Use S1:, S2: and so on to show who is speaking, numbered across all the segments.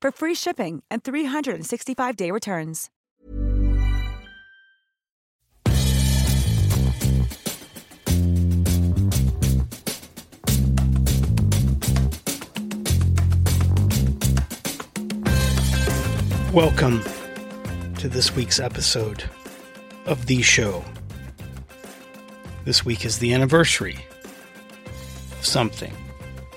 S1: for free shipping and 365-day returns.
S2: Welcome to this week's episode of The Show. This week is the anniversary of something,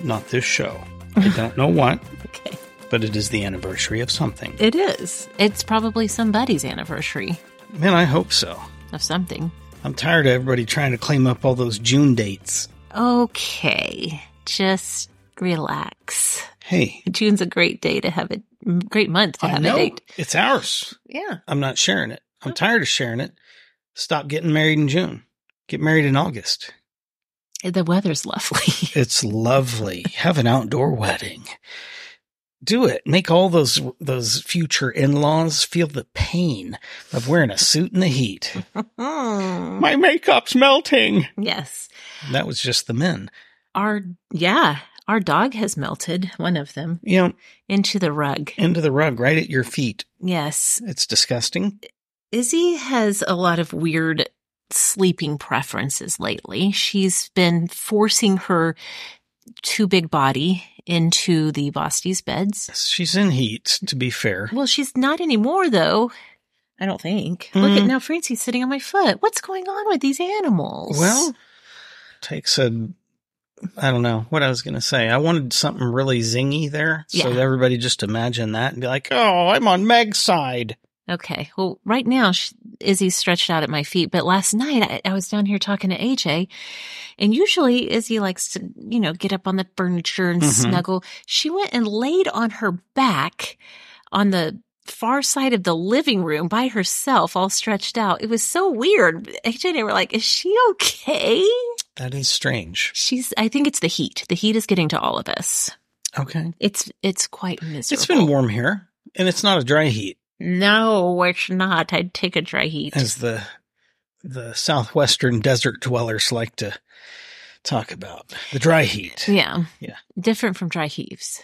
S2: not this show. I don't know what,
S3: Okay.
S2: but it is the anniversary of something.
S3: It is. It's probably somebody's anniversary
S2: Man, I hope so.
S3: of something.
S2: I'm tired of everybody trying to claim up all those June dates.
S3: Okay. Just relax.
S2: Hey,
S3: June's a great day to have a great month to
S2: I
S3: have
S2: know
S3: a date.
S2: it's ours.
S3: Yeah.
S2: I'm not sharing it. I'm tired of sharing it. Stop getting married in June. Get married in August.
S3: The weather's lovely.
S2: It's lovely. Have an outdoor wedding. Do it. Make all those those future in-laws feel the pain of wearing a suit in the heat. Mm-hmm.
S3: Mm-hmm.
S2: My makeup's melting.
S3: yes.
S2: That was just the men.
S3: Our yeah, our dog has melted, one of them,
S2: You know,
S3: into the rug.
S2: into the rug right at your feet.
S3: Yes.
S2: It's disgusting.
S3: Izzy has a lot of weird sleeping preferences lately. She's been forcing her too big body into the Bosties beds.
S2: She's in heat, to be fair.
S3: Well, she's not anymore, though. Mm-hmm. I don't think. Look
S2: Mm.
S3: at now, Francie's sitting on my foot. What's going on with these animals?
S2: Well, takes a. I don't know what I was going to say. I wanted something really zingy there, so
S3: Yeah.
S2: that everybody just imagine that and be like, "Oh, I'm on Meg's side."
S3: okay. Well, right now, she, Izzy's stretched out at my feet. But last night, I, I was down here talking to AJ, and usually Izzy likes to, you know, get up on the furniture and
S2: Mhm.
S3: snuggle. She went and laid on her back on the far side of the living room by herself, all stretched out. It was so weird. AJ and I were like, "Is she okay?"
S2: That is strange.
S3: She's. I think it's the heat. The heat is getting to all of us.
S2: Okay,
S3: It's. It's quite miserable.
S2: it's been warm here, and it's not a dry heat
S3: No, it's not. I'd take a dry heat.
S2: as the the southwestern desert dwellers like to talk about the dry heat.
S3: yeah.
S2: Yeah.
S3: Different from dry heaves.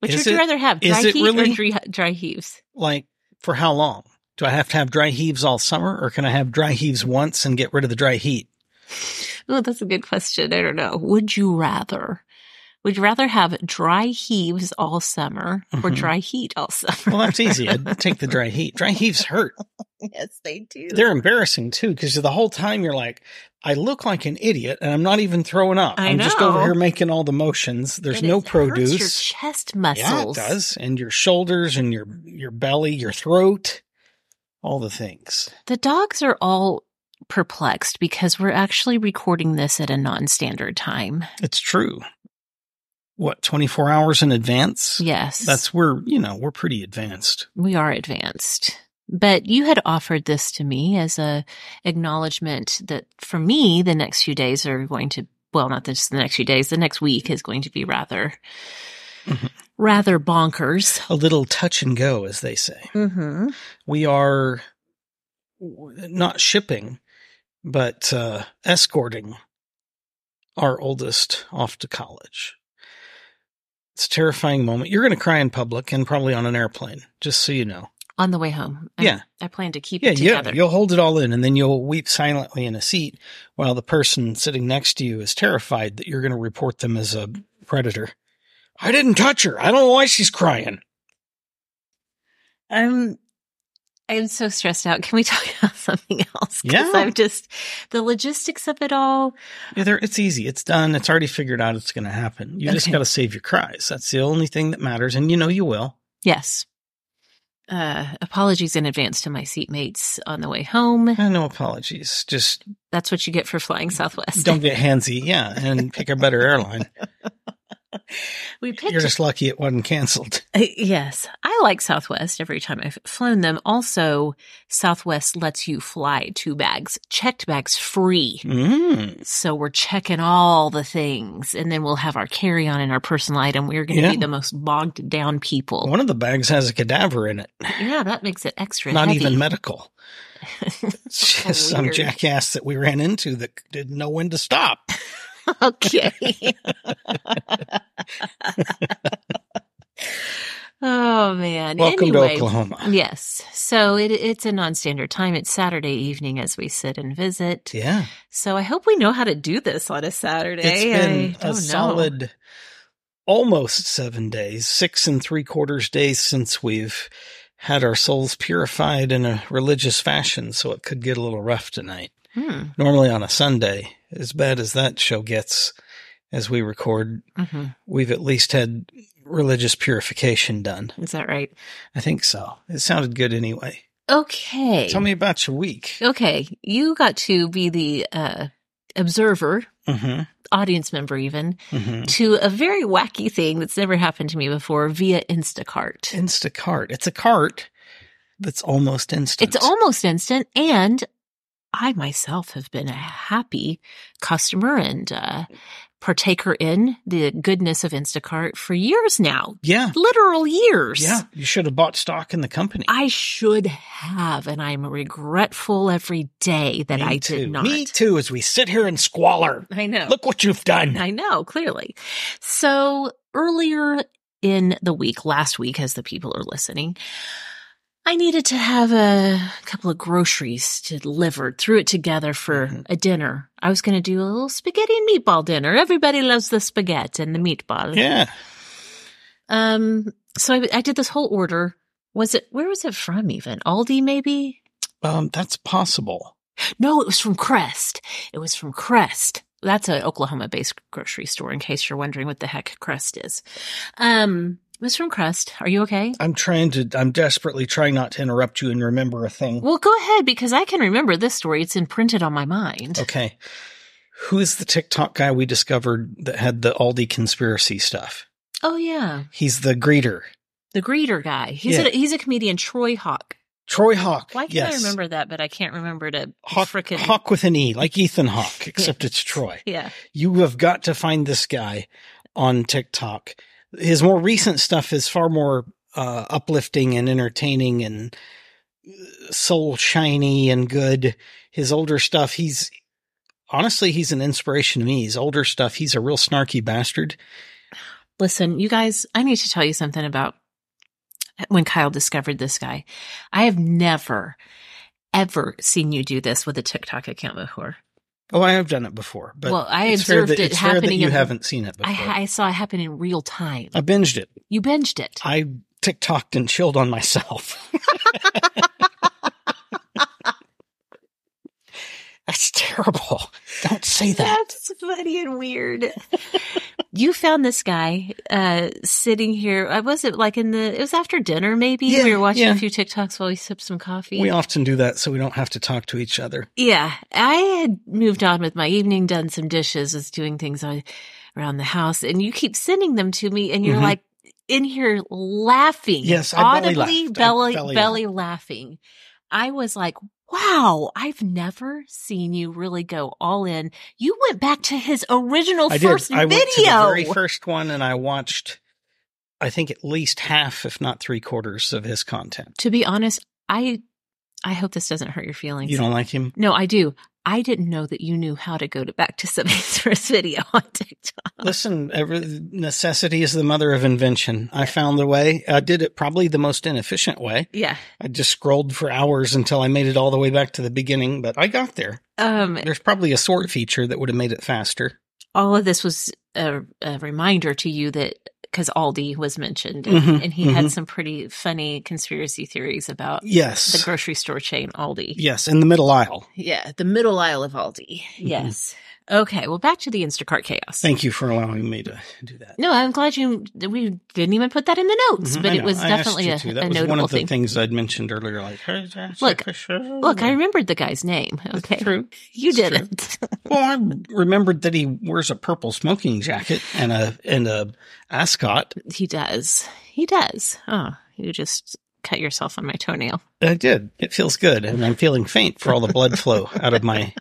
S3: Which
S2: Is
S3: would you
S2: it-
S3: rather have? Dry
S2: is it
S3: heat
S2: really?
S3: or dry, dry heaves?
S2: Like for how long? Do I have to have dry heaves all summer, or can I have dry heaves once and get rid of the dry heat?
S3: Oh, that's a good question. I don't know. Would you rather? Would you rather have dry heaves all summer or
S2: Mhm.
S3: dry heat all summer?
S2: Well, that's easy. I'd take the dry heat. Dry heaves hurt.
S3: yes, they do.
S2: They're embarrassing too, because the whole time you're like, I look like an idiot and I'm not even throwing up.
S3: I
S2: am just
S3: know.
S2: over here making all the motions. There's
S3: And
S2: no
S3: it hurts
S2: produce.
S3: your chest
S2: yeah, it
S3: muscles.
S2: does. And your shoulders and your your belly, your throat, all the things.
S3: The dogs are all perplexed because we're actually recording this at a non standard time.
S2: It's true. What, twenty four hours in advance?
S3: Yes.
S2: That's we're you know, we're pretty advanced.
S3: we are advanced. But you had offered this to me as a acknowledgement that for me the next few
S2: Mm-hmm.
S3: days are going to well, not just the next few days, the next week is going to be rather rather bonkers.
S2: a little touch and go, as they say.
S3: Mm-hmm.
S2: We are w- not shipping, but uh, escorting our oldest off to college. It's a terrifying moment. You're going to cry in public and probably on an airplane, just so you know.
S3: On the way home. I,
S2: Yeah.
S3: I plan to keep
S2: Yeah,
S3: it
S2: yeah.
S3: together.
S2: You'll hold it all in and then you'll weep silently in a seat while the person sitting next to you is terrified that you're going to report them as a predator. I didn't touch her. I don't know why she's crying.
S3: I'm I'm so stressed out. Can we talk about something else? 'Cause
S2: Yeah.
S3: I'm just the logistics of it all.
S2: Yeah, there- it's easy. It's done. It's already figured out it's going to happen. You just
S3: Okay.
S2: got to save your cries. That's the only thing that matters. And you know you will.
S3: Yes. Uh, apologies in advance to my seatmates on the way home.
S2: Eh, no apologies. Just
S3: That's what you get for flying Southwest.
S2: don't get handsy. Yeah. And pick a better airline.
S3: we picked
S2: You're just lucky it wasn't canceled.
S3: Uh, Yes, I like Southwest every time I've flown them. Also, Southwest lets you fly two bags, checked bags free.
S2: Mm.
S3: So we're checking all the things and then we'll have our carry on and our personal item. We're going to
S2: Yeah.
S3: be the most bogged down people.
S2: One of the bags has a cadaver in it,
S3: Yeah, that makes it extra.
S2: not
S3: heavy.
S2: even medical. It's
S3: So
S2: just some
S3: weird.
S2: jackass that we ran into that didn't know when to stop.
S3: okay. oh man.
S2: Welcome
S3: anyway,
S2: to Oklahoma.
S3: Yes. So it, it's a non-standard time. It's Saturday evening as we sit and visit.
S2: Yeah.
S3: So I hope we know how to do this on a Saturday.
S2: It's
S3: I
S2: been
S3: don't
S2: a
S3: know.
S2: solid almost seven days, six and three quarters days since we've had our souls purified in a religious fashion. So it could get a little rough tonight.
S3: Hmm.
S2: Normally on a Sunday, as bad as that show gets as we record,
S3: Mhm.
S2: we've at least had religious purification done.
S3: Is that right?
S2: I think so. It sounded good anyway.
S3: Okay.
S2: Tell me about your week.
S3: Okay, you got to be the uh, observer,
S2: hmm
S3: audience member, even
S2: hmm
S3: to a very wacky thing that's never happened to me before via Instacart.
S2: Instacart. It's a cart that's almost instant.
S3: It's almost instant, and I myself have been a happy customer and uh, partaker in the goodness of Instacart for years now,
S2: yeah.
S3: literal years.
S2: Yeah, you should have bought stock in the company.
S3: I should have, and I'm regretful every day that
S2: Me
S3: I
S2: too.
S3: did not.
S2: Me too, as we sit here and squalor.
S3: I know.
S2: Look what you've done.
S3: I know, clearly. So earlier in the week, last week, as the people are listening, I needed to have a couple of groceries delivered, threw it together for
S2: Mm-hmm.
S3: a dinner. I was going to do a little spaghetti and meatball dinner. Everybody loves the spaghetti and the meatball.
S2: yeah.
S3: Um, so I, I did this whole order. Was it, where was it from even? Aldi maybe?
S2: Um, that's possible.
S3: No, it was from Crest. It was from Crest. That's an Oklahoma based grocery store, in case you're wondering what the heck Crest is. Um, it was from Crest. Are you okay?
S2: I'm trying to I'm desperately trying not to interrupt you and remember a thing.
S3: Well, go ahead because I can remember this story. It's imprinted on my mind.
S2: Okay. Who is the TikTok guy we discovered that had the Aldi conspiracy stuff?
S3: Oh, yeah.
S2: He's the greeter.
S3: The greeter guy. He's,
S2: Yeah.
S3: a, he's a comedian, Troy Hawk.
S2: Troy Hawk.
S3: Why can
S2: yes.
S3: I remember that, but I can't remember to
S2: Hawk,
S3: frickin'
S2: Hawk with an E, like Ethan Hawk, except it's Troy.
S3: Yeah.
S2: you have got to find this guy on TikTok. His more recent stuff is far more uh, uplifting and entertaining and uh, soul shiny and good. His older stuff, he's honestly he's an inspiration to me. His older stuff, he's a real snarky bastard.
S3: Listen, you guys, I need to tell you something about when Kyle discovered this guy. I have never, ever seen you do this with a TikTok account before.
S2: Oh, I have done it before, but
S3: Well, I
S2: it's fair
S3: observed
S2: that,
S3: it
S2: it's fair that
S3: happening
S2: you
S3: in-
S2: haven't seen it before.
S3: I, I saw it happen in real time.
S2: I binged it.
S3: You binged it.
S2: I TikToked and chilled on myself. That's terrible. Don't say that.
S3: That's funny and weird. you found this guy uh, sitting here. I was it like in the. It was after dinner, maybe.
S2: Yeah,
S3: we were watching
S2: yeah.
S3: a few TikToks while we sipped some coffee.
S2: We often do that so we don't have to talk to each other.
S3: Yeah, I had moved on with my evening, done some dishes, was doing things on, around the house, and you keep sending them to me, and you're
S2: Mhm.
S3: like in here laughing.
S2: Yes, I belly
S3: audibly
S2: laughed. I
S3: belly
S2: belly
S3: belly, laughing. I was like, "Wow, I've never seen you really go all in." You went back to his original
S2: I did.
S3: first
S2: I
S3: video.
S2: went to the very first one and I watched I think at least half, if not three quarters of his content.
S3: To be honest, I I hope this doesn't hurt your feelings.
S2: You don't like him?
S3: No, I do. I didn't know that you knew how to go to back to somebody's first video on TikTok.
S2: Listen, every, necessity is the mother of invention. I found the way. I did it probably the most inefficient way.
S3: Yeah.
S2: I just scrolled for hours until I made it all the way back to the beginning, but I got there.
S3: Um,
S2: There's probably a sort feature that would have made it faster.
S3: all of this was a, a reminder to you that because Aldi was mentioned and,
S2: Mhm,
S3: and he
S2: mhm.
S3: had some pretty funny conspiracy theories about the
S2: Yes.
S3: grocery store chain Aldi.
S2: yes, in the middle aisle.
S3: Yeah, the middle aisle of Aldi. Yes. Okay, well, back to the Instacart chaos.
S2: Mm-hmm. Thank you for allowing me to do that.
S3: no, I'm glad you. We didn't even put that in the notes,
S2: Mhm, I
S3: but it
S2: know.
S3: was
S2: I asked
S3: definitely
S2: you
S3: a,
S2: to.
S3: a
S2: That was
S3: notable
S2: one of the
S3: thing.
S2: things I'd mentioned earlier. Like, "Hey, that's
S3: Look,
S2: for sure."
S3: Look, I remembered the guy's name. Okay,
S2: true.
S3: you
S2: It's true.
S3: didn't.
S2: Well, I remembered that he wears a purple smoking jacket and a and a ascot.
S3: he does. He does. Oh, you just cut yourself on my toenail.
S2: I did. It feels good, and I'm feeling faint for all the blood flow out of my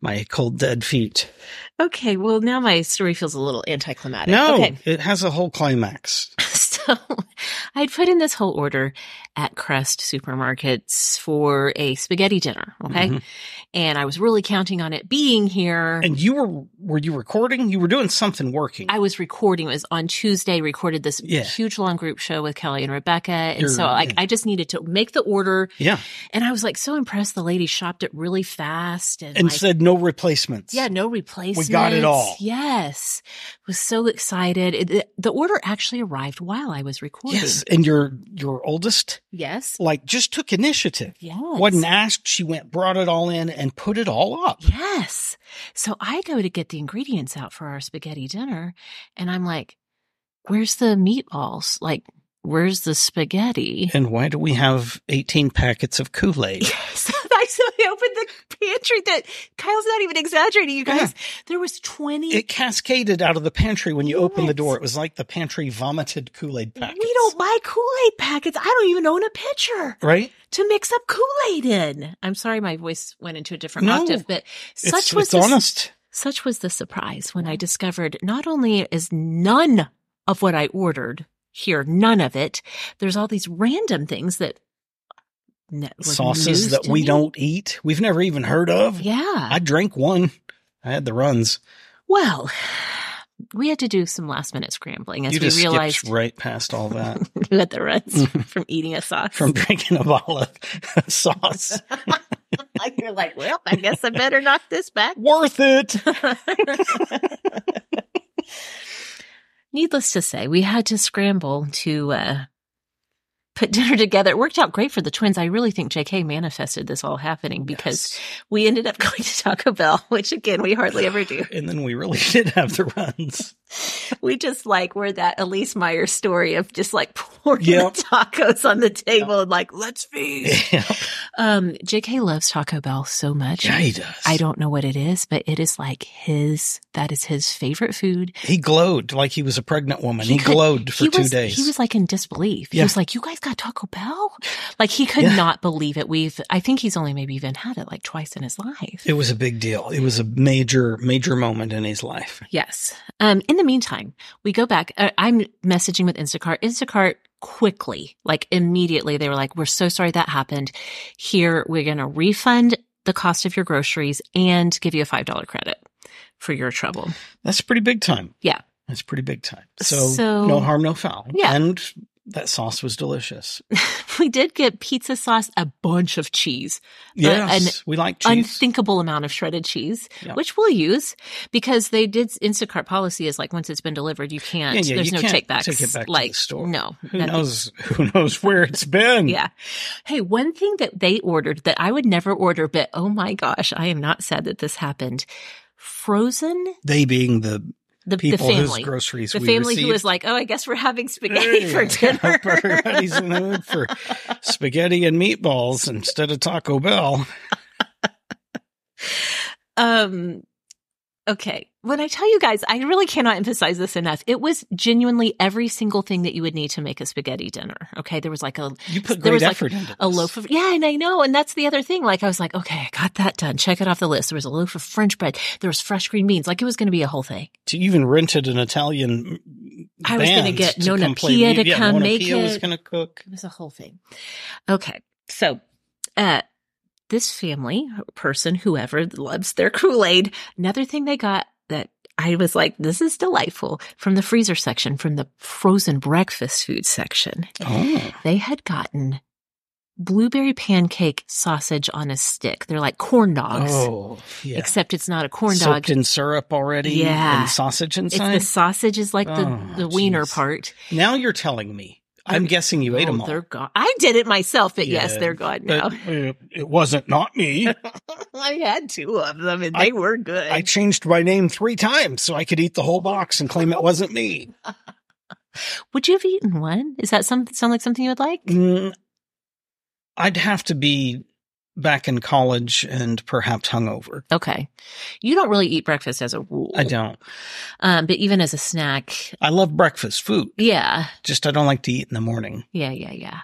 S2: my cold dead feet.
S3: Okay, well now my story feels a little anticlimactic.
S2: No,
S3: Okay.
S2: it has a whole climax.
S3: So I'd put in this whole order at Crest Supermarkets for a spaghetti dinner, okay?
S2: Mhm.
S3: And I was really counting on it being here.
S2: And you were were you recording? You were doing something working.
S3: I was recording. It was on Tuesday. Recorded this
S2: Yeah.
S3: huge long group show with Kelly and Rebecca, and
S2: You're-
S3: so like
S2: yeah.
S3: I just needed to make the order,
S2: yeah,
S3: and I was like so impressed. The lady shopped it really fast, and,
S2: and
S3: like,
S2: said no replacements.
S3: Yeah, no replacements.
S2: all.
S3: Yes, was so excited. It- the- the order actually arrived while I was recording.
S2: Yes, and your your oldest
S3: Yes.
S2: like just took initiative.
S3: Yes.
S2: Wasn't asked. She went, brought it all in, and put it all up.
S3: Yes. So I go to get the ingredients out for our spaghetti dinner, and I'm like, "Where's the meatballs? Like, where's the spaghetti?"
S2: And why do we have 18 packets of Kool Aid?
S3: So I so I opened the pantry. That Kyle's not even exaggerating, you guys. There was twenty.
S2: It cascaded out of the pantry when you opened the
S3: Yes.
S2: door. It was like the pantry vomited Kool Aid packets.
S3: we don't buy Kool Aid packets. I don't even own a pitcher.
S2: Right?
S3: to mix up Kool Aid in. I'm sorry, my voice went into a different
S2: No.
S3: octave, but
S2: It's,
S3: such was
S2: it's
S3: the,
S2: honest.
S3: such was the surprise when I discovered not only is none of what I ordered here, none of it. There's all these random things that ne- were news
S2: Sauces that
S3: to
S2: we
S3: me.
S2: don't eat, we've never even heard of.
S3: Yeah.
S2: I drank one. I had the runs.
S3: well, we had to do some last minute scrambling as
S2: you
S3: we
S2: just
S3: realized
S2: skipped right past all that
S3: we had the runs from eating a sauce.
S2: from drinking a bottle of sauce.
S3: You're like, well, I guess I better knock this back.
S2: Worth it.
S3: Needless to say, we had to scramble to uh, put dinner together. It worked out great for the twins. I really think JK manifested this all happening because we ended up going to Taco Bell, which again, we hardly ever do.
S2: And then we really did have the runs.
S3: We just like were that Elise Meyer story of just like pouring
S2: Yep.
S3: the tacos on the table and like, let's feast.
S2: yeah,
S3: Um, JK loves Taco Bell so much.
S2: he does.
S3: I don't know what it is, but it is like his, that is his favorite food.
S2: He glowed like he was a pregnant woman. He,
S3: could-
S2: glowed for
S3: he
S2: two
S3: was-
S2: days.
S3: He was like in disbelief. He
S2: Yeah.
S3: was like, "You guys got Taco Bell?" Like he could
S2: Yeah.
S3: not believe it. We've, I think he's only maybe even had it like twice in his life.
S2: It was a big deal. It was a major, major moment in his life.
S3: Yes. Um. In the meantime, we go back. Uh, I'm messaging with Instacart. Instacart quickly, like immediately, they were like, "We're so sorry that happened. Here, we're going to refund the cost of your groceries and give you a five dollar credit for your trouble."
S2: That's pretty big time.
S3: Yeah.
S2: That's pretty big time. So,
S3: So-
S2: no harm, no foul.
S3: Yeah.
S2: And that sauce was delicious.
S3: we did get pizza sauce, a bunch of cheese. Uh, an
S2: Yes. we like cheese.
S3: unthinkable amount of shredded cheese,
S2: Yeah.
S3: which we'll use because they did Instacart policy is like once it's been delivered, you can't.
S2: Yeah, yeah,
S3: there's
S2: you
S3: no
S2: can't
S3: take backs.
S2: take it back to
S3: like
S2: the store.
S3: no,
S2: who
S3: nothing.
S2: knows? Who knows where it's been?
S3: Yeah. Hey, one thing that they ordered that I would never order, but oh my gosh, I am not sad that this happened. Frozen
S2: They being the
S3: the, the
S2: people whose
S3: family.
S2: groceries
S3: the
S2: we
S3: family who
S2: received.
S3: was like, "Oh, I guess we're having spaghetti for
S2: Yeah,
S3: dinner."
S2: Everybody's in the mood for spaghetti and meatballs instead of Taco Bell.
S3: um Okay. When I tell you guys, I really cannot emphasize this enough. It was genuinely every single thing that you would need to make a spaghetti dinner. Okay. There was like a
S2: You put
S3: there
S2: great
S3: was
S2: effort
S3: like
S2: into
S3: a
S2: this.
S3: loaf of yeah, and I know, and that's the other thing. Like I was like, okay, I got that done. Check it off the list. There was a loaf of French bread. There was fresh green beans. Like it was going to be a whole thing.
S2: To even rented an Italian.
S3: I was gonna
S2: band
S3: get
S2: to
S3: Nona
S2: come play
S3: Pia
S2: mu-
S3: to
S2: yeah,
S3: come
S2: Nona
S3: make
S2: Pia was
S3: it.
S2: going to cook.
S3: It was a whole thing. Okay. So, uh, this family person, whoever loves their Kool Aid, another thing they got that I was like, this is delightful from the freezer section, from the frozen breakfast food section.
S2: Oh,
S3: They had gotten blueberry pancake sausage on a stick. They're like corn dogs,
S2: oh, yeah.
S3: except it's not a corn
S2: soaked
S3: dog.
S2: in syrup already.
S3: Yeah.
S2: and sausage
S3: it's
S2: inside.
S3: the sausage is like the,
S2: Oh,
S3: the wiener
S2: jeez.
S3: part.
S2: Now you're telling me. I'm guessing you ate
S3: Oh,
S2: them all.
S3: They're gone. I did it myself, but yes,
S2: Yeah,
S3: they're gone now.
S2: But, uh, it wasn't not me.
S3: I had two of them and
S2: I-
S3: they were good.
S2: I changed my name three times so I could eat the whole box and claim it wasn't me.
S3: would you have eaten one? Is that some sound like something you would like?
S2: Mm, I'd have to be back in college and perhaps hungover.
S3: Okay. You don't really eat breakfast as a rule.
S2: I don't.
S3: Um, but even as a snack.
S2: I love breakfast food.
S3: Yeah.
S2: Just I don't like to eat in the morning.
S3: Yeah. Yeah. Yeah.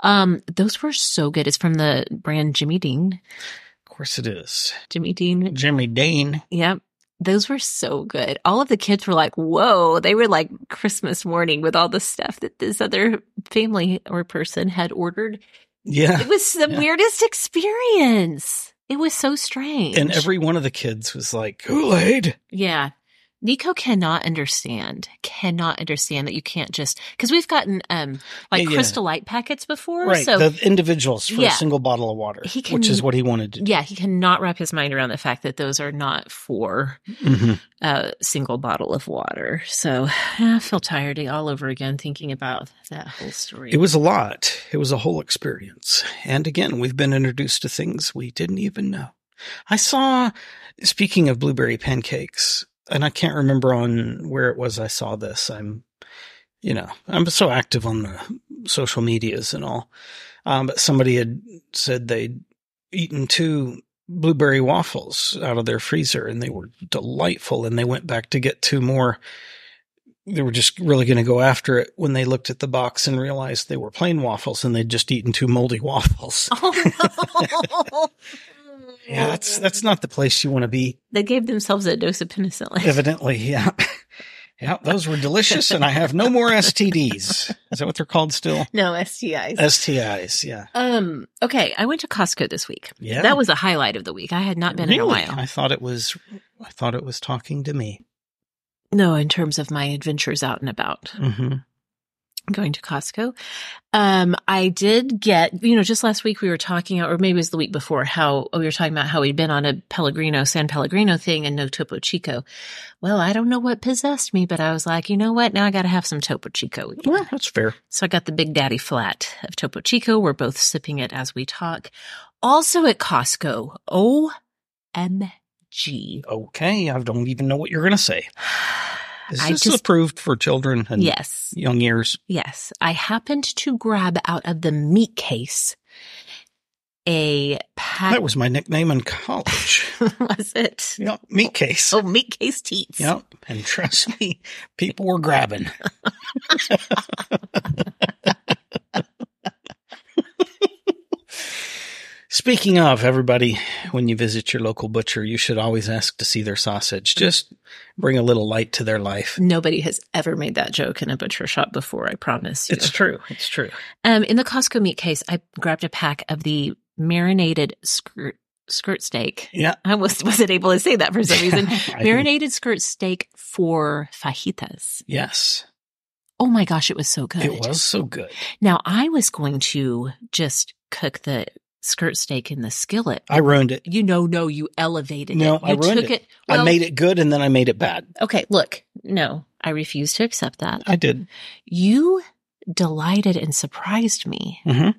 S3: Um, those were so good. It's from the brand Jimmy Dean.
S2: Of course it is.
S3: Jimmy Dean.
S2: Jimmy Dane.
S3: Yep. Those were so good. All of the kids were like, whoa, they were like Christmas morning with all the stuff that this other family or person had ordered.
S2: Yeah.
S3: It was the
S2: Yeah.
S3: weirdest experience. It was so strange.
S2: And every one of the kids was like, Kool-Aid.
S3: Yeah. Nico cannot understand, cannot understand that you can't just, cause we've gotten, um, like
S2: Yeah, yeah.
S3: crystal light packets before.
S2: Right.
S3: So
S2: the individuals for
S3: Yeah.
S2: a single bottle of water.
S3: He
S2: which
S3: can-
S2: is what he wanted to do.
S3: yeah, he cannot wrap his mind around the fact that those are not for
S2: Mhm.
S3: a single bottle of water. So I feel tired all over again thinking about that whole story.
S2: It was a lot. It was a whole experience. And again, we've been introduced to things we didn't even know. I saw, speaking of blueberry pancakes, and I can't remember on where it was I saw this. I'm, you know, I'm so active on the social medias and all. Um, but somebody had said they'd eaten two blueberry waffles out of their freezer and they were delightful. And they went back to get two more they were just really going to go after it when they looked at the box and realized they were plain waffles and they'd just eaten two moldy waffles.
S3: Oh no.
S2: Yeah, that's that's not the place you want to be,
S3: They gave themselves a dose of penicillin.
S2: evidently. Yeah. Yeah, those were delicious and I have no more STDs. Is that what they're called still?
S3: no, STIs.
S2: STIs, yeah.
S3: Um. Okay, I went to Costco this week.
S2: Yeah.
S3: that was a highlight of the week. I had not been in a
S2: Really?
S3: while.
S2: I thought it was I thought it was talking to me.
S3: no, in terms of my adventures out and about,
S2: hmm
S3: going to Costco. Um, I did get you know just last week we were talking, or maybe it was the week before, how we were talking about how we'd been on a Pellegrino San Pellegrino thing and no Topo Chico. Well, I don't know what possessed me, but I was like, you know what? Now I got to have some Topo Chico. again.
S2: Well, that's fair.
S3: So I got the Big Daddy flat of Topo Chico. We're both sipping it as we talk. Also at Costco. OMG.
S2: Okay, I don't even know what you're going to say. Is
S3: I
S2: this
S3: just-
S2: approved for children and
S3: Yes.
S2: young years?
S3: Yes. I happened to grab out of the meat case a pack.
S2: That was my nickname in college.
S3: was it?
S2: Yeah, meat case.
S3: Oh, meat case teats.
S2: Yep. And trust me, people were grabbing. Speaking of everybody, when you visit your local butcher, you should always ask to see their sausage. Just bring a little light to their life.
S3: Nobody has ever made that joke in a butcher shop before, I promise you.
S2: It's true. It's true.
S3: Um, in the Costco meat case, I grabbed a pack of the marinated skirt skirt steak.
S2: Yeah.
S3: I was wasn't able to say that for some reason.
S2: I-
S3: Marinated skirt steak for fajitas.
S2: Yes.
S3: Oh my gosh, it was so good.
S2: It was so good.
S3: Now I was going to just cook the skirt steak in the skillet.
S2: I ruined it.
S3: You know, no, you elevated
S2: No,
S3: it.
S2: I
S3: You
S2: ruined
S3: took
S2: it.
S3: it. Well,
S2: I made it good and then I made it bad.
S3: Okay, look, no, I refuse to accept that.
S2: I did.
S3: You delighted and surprised me.
S2: hmm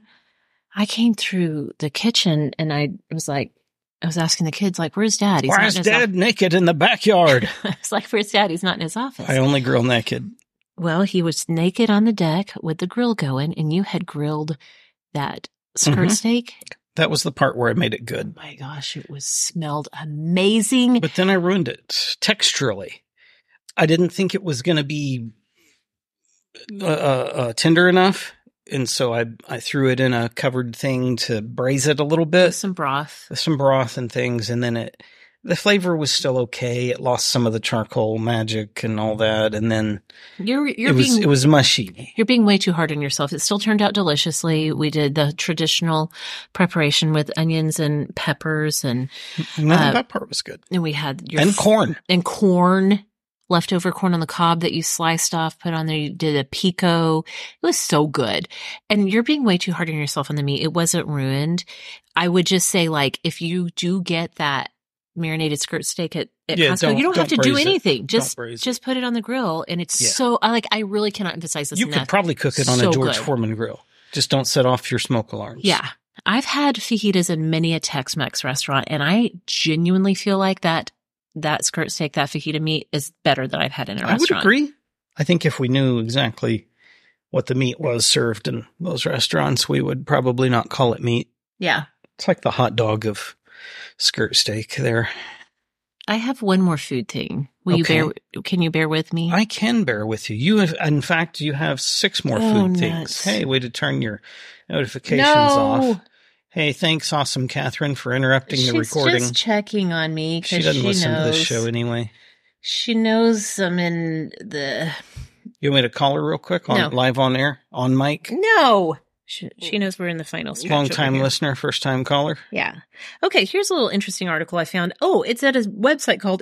S3: I came through the kitchen and I was like, I was asking the kids, like, where's dad? He's
S2: Why is
S3: in his
S2: dad naked in the backyard?
S3: office. I was like, where's dad? He's not in his office.
S2: I only grill naked.
S3: well, he was naked on the deck with the grill going and you had grilled that skirt
S2: Mhm.
S3: steak
S2: That was the part where I made it good.
S3: My gosh, it was smelled amazing.
S2: But then I ruined it texturally. I didn't think it was going to be uh, uh, tender enough, and so I I threw it in a covered thing to braise it a little bit,
S3: Some broth.
S2: with some broth and things, and then it the flavor was still okay. It lost some of the charcoal magic and all that, and then
S3: You're you're
S2: it was
S3: being
S2: it was mushy.
S3: You're being way too hard on yourself. It still turned out deliciously. We did the traditional preparation with onions and peppers and,
S2: No,
S3: Uh,
S2: that part was good.
S3: and we had your
S2: And corn.
S3: and corn, leftover corn on the cob that you sliced off, put on there. You did a pico. It was so good. And you're being way too hard on yourself on the meat. It wasn't ruined. I would just say, like, if you do get that marinated skirt steak at, at
S2: Yeah,
S3: Costco,
S2: don't-
S3: you don't, have to
S2: don't
S3: do
S2: braise it.
S3: anything.
S2: Don't
S3: Just
S2: braise it.
S3: just put it on the grill, and it's
S2: Yeah.
S3: so. I like. I really cannot emphasize this
S2: You
S3: enough.
S2: could probably cook it on
S3: So
S2: a George
S3: good.
S2: Foreman grill. Just don't set off your smoke alarms.
S3: Yeah. I've had fajitas in many a Tex Mex restaurant, and I genuinely feel like that that skirt steak, that fajita meat is better than I've had in a
S2: I would
S3: restaurant.
S2: agree. I think if we knew exactly what the meat was served in those restaurants, we would probably not call it meat.
S3: Yeah.
S2: It's like the hot dog of skirt steak there.
S3: I have one more food thing. Will you
S2: Okay.
S3: bear can you bear with me?
S2: I can bear with you. You have, in fact, you have six more
S3: Oh,
S2: food
S3: nuts.
S2: things. Hey, way to turn your notifications off. Hey, thanks, awesome Catherine, for interrupting
S3: She's
S2: the recording.
S3: just checking on me because
S2: She
S3: she
S2: doesn't listen
S3: knows
S2: to this show anyway.
S3: she knows I'm in the
S2: You want me to call her real quick on
S3: No.
S2: live on air on mic?
S3: no. She, she knows we're in the final stretch.
S2: Long
S3: over
S2: time
S3: here.
S2: listener, first time caller.
S3: Yeah. Okay, here's a little interesting article I found. Oh, it's at a website called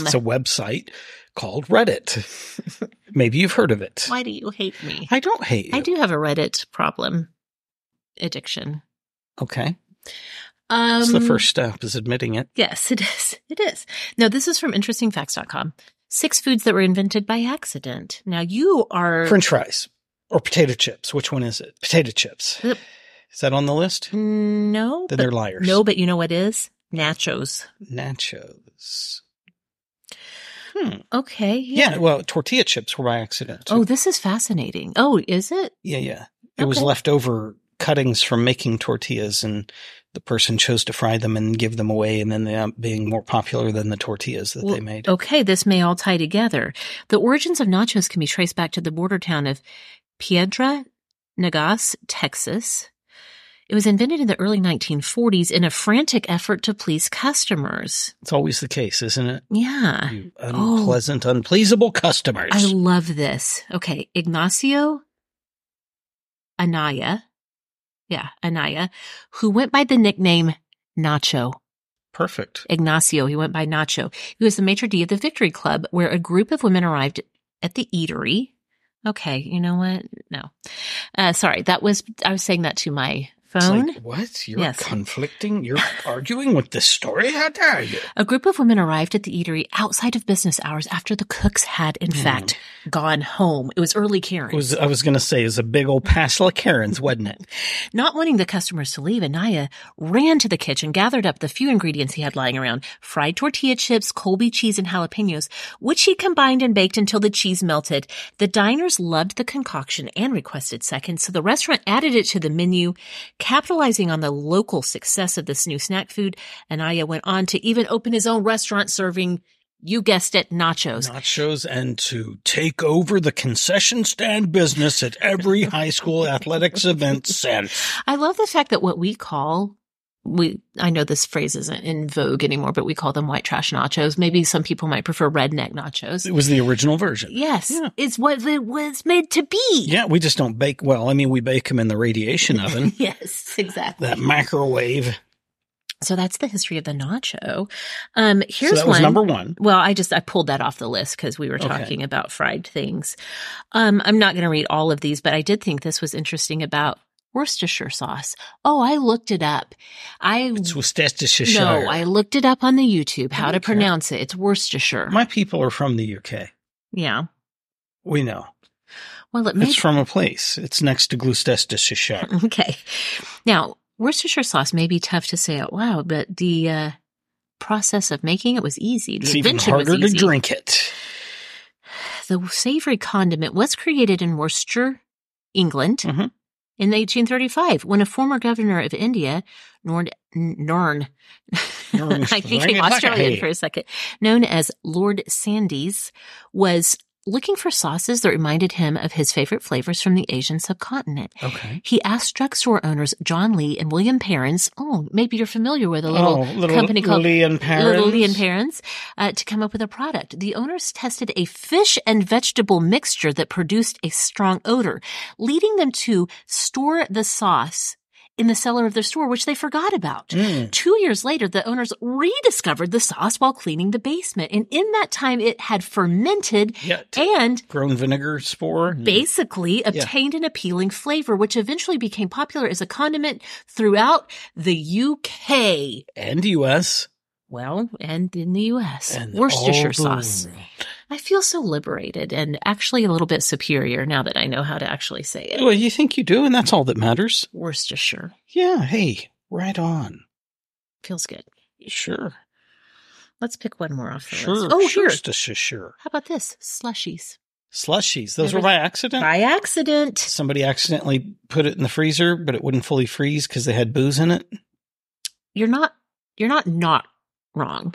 S2: It's a website called Reddit. Maybe you've heard of it.
S3: Why do you hate me?
S2: I don't hate you.
S3: I do have a Reddit problem addiction.
S2: Okay.
S3: Um,
S2: It's the first step is admitting it.
S3: Yes, it is. It is. No, this is from interestingfacts.com. Six foods that were invented by accident. Now you are.
S2: French fries or potato chips. Which one is it? Potato chips.
S3: Yep.
S2: Is that on the list?
S3: No.
S2: Then
S3: but-
S2: they're liars.
S3: No, but you know what is? Nachos.
S2: Nachos. Hmm.
S3: Okay.
S2: Yeah. well, tortilla chips were by accident. too.
S3: Oh, this is fascinating. Oh, is it?
S2: Yeah, yeah. It was
S3: Okay.
S2: leftover cuttings from making tortillas, and the person chose to fry them and give them away, and then they up being more popular than the tortillas that they
S3: Well, oh
S2: made.
S3: Okay, this may all tie together. The origins of nachos can be traced back to the border town of Piedra Negas, Texas. It was invented in the early 1940s in a frantic effort to please customers.
S2: It's always the case, isn't it?
S3: Yeah.
S2: You
S3: Oh.
S2: unpleasant, unpleasable customers.
S3: I love this. Okay, Ignacio Anaya. Yeah, Anaya, who went by the nickname Nacho.
S2: Perfect.
S3: Ignacio. He went by Nacho. He was the maitre d' of the Victory Club, where a group of women arrived at the eatery. Okay, you know what? No, uh, sorry, that was I was saying that to my
S2: It's
S3: phone.
S2: like, what? You're
S3: Yes.
S2: conflicting? You're arguing with this story? How dare you?
S3: a group of women arrived at the eatery outside of business hours after the cooks had, in fact, gone home. It was early Karen.
S2: Mm. It was, I was going to say, it was a big old passel of Karens, wasn't it?
S3: Not wanting the customers to leave, Anaya ran to the kitchen, gathered up the few ingredients he had lying around, fried tortilla chips, Colby cheese, and jalapenos, which he combined and baked until the cheese melted. The diners loved the concoction and requested seconds, so the restaurant added it to the menu. Capitalizing on the local success of this new snack food, Anaya went on to even open his own restaurant serving, you guessed it, nachos.
S2: Nachos and to take over the concession stand business at every high school athletics event since.
S3: I love the fact that what we call we I know this phrase isn't in vogue anymore, but we call them white trash nachos. Maybe some people might prefer redneck nachos.
S2: It was the original version.
S3: Yes,
S2: Yeah.
S3: it's what it was made to be.
S2: Yeah, we just don't bake. Well, I mean, we bake them in the radiation oven,
S3: Yes, exactly.
S2: that microwave.
S3: So that's the history of the nacho. Um, here's
S2: so that
S3: one.
S2: was number one.
S3: Well, I just I pulled that off the list because we were
S2: Okay.
S3: talking about fried things. Um, I'm not going to read all of these, but I did think this was interesting about Worcestershire sauce. Oh, I looked it up. I
S2: It's Worcestershire.
S3: No, I looked it up on the YouTube how to
S2: Okay.
S3: pronounce it. It's Worcestershire.
S2: My people are from the UK.
S3: yeah.
S2: We know.
S3: Well, it may
S2: It's from a place. It's next to Gloucestershire.
S3: okay. Now, Worcestershire sauce may be tough to say out loud, but the uh, process of making it was easy. The
S2: It's even
S3: invention
S2: harder
S3: was
S2: to
S3: easy.
S2: drink it.
S3: The savory condiment was created in Worcester, England.
S2: Mhm.
S3: in 1835 when a former governor of India, Norn, Norn,
S2: Norn-
S3: I became
S2: Norn-
S3: Australian for a second, known as Lord Sandys, was looking for sauces that reminded him of his favorite flavors from the Asian subcontinent.
S2: Okay.
S3: He asked drugstore owners John Lee and William Perrins, oh, maybe you're familiar with a little,
S2: Oh, little
S3: company called
S2: Lee and Perrins.
S3: Little Lee and Perrins, uh, to come up with a product. The owners tested a fish and vegetable mixture that produced a strong odor, leading them to store the sauce in the cellar of their store, which they forgot about. Two years later, the owners rediscovered the sauce while cleaning the basement. And in that time, it had fermented
S2: Yet. Mm.
S3: and
S2: Grown vinegar spore.
S3: basically obtained an appealing flavor, which eventually became popular as a condiment throughout the UK.
S2: and U.S.
S3: Well, and in the U.S.,
S2: and oh,
S3: Worcestershire
S2: all the
S3: sauce.
S2: world.
S3: I feel so liberated and actually a little bit superior now that I know how to actually say it.
S2: Well, you think you do, and that's all that matters.
S3: Worcestershire
S2: Yeah. Hey, right on.
S3: feels good.
S2: Sure.
S3: Let's pick one more off the
S2: Sure.
S3: list. Oh,
S2: sure.
S3: here.
S2: Sure. sure.
S3: How about this? Slushies.
S2: Slushies. Those
S3: There
S2: were by
S3: was-
S2: accident.
S3: By accident.
S2: Somebody accidentally put it in the freezer, but it wouldn't fully freeze because they had booze in it.
S3: You're not you're not not wrong.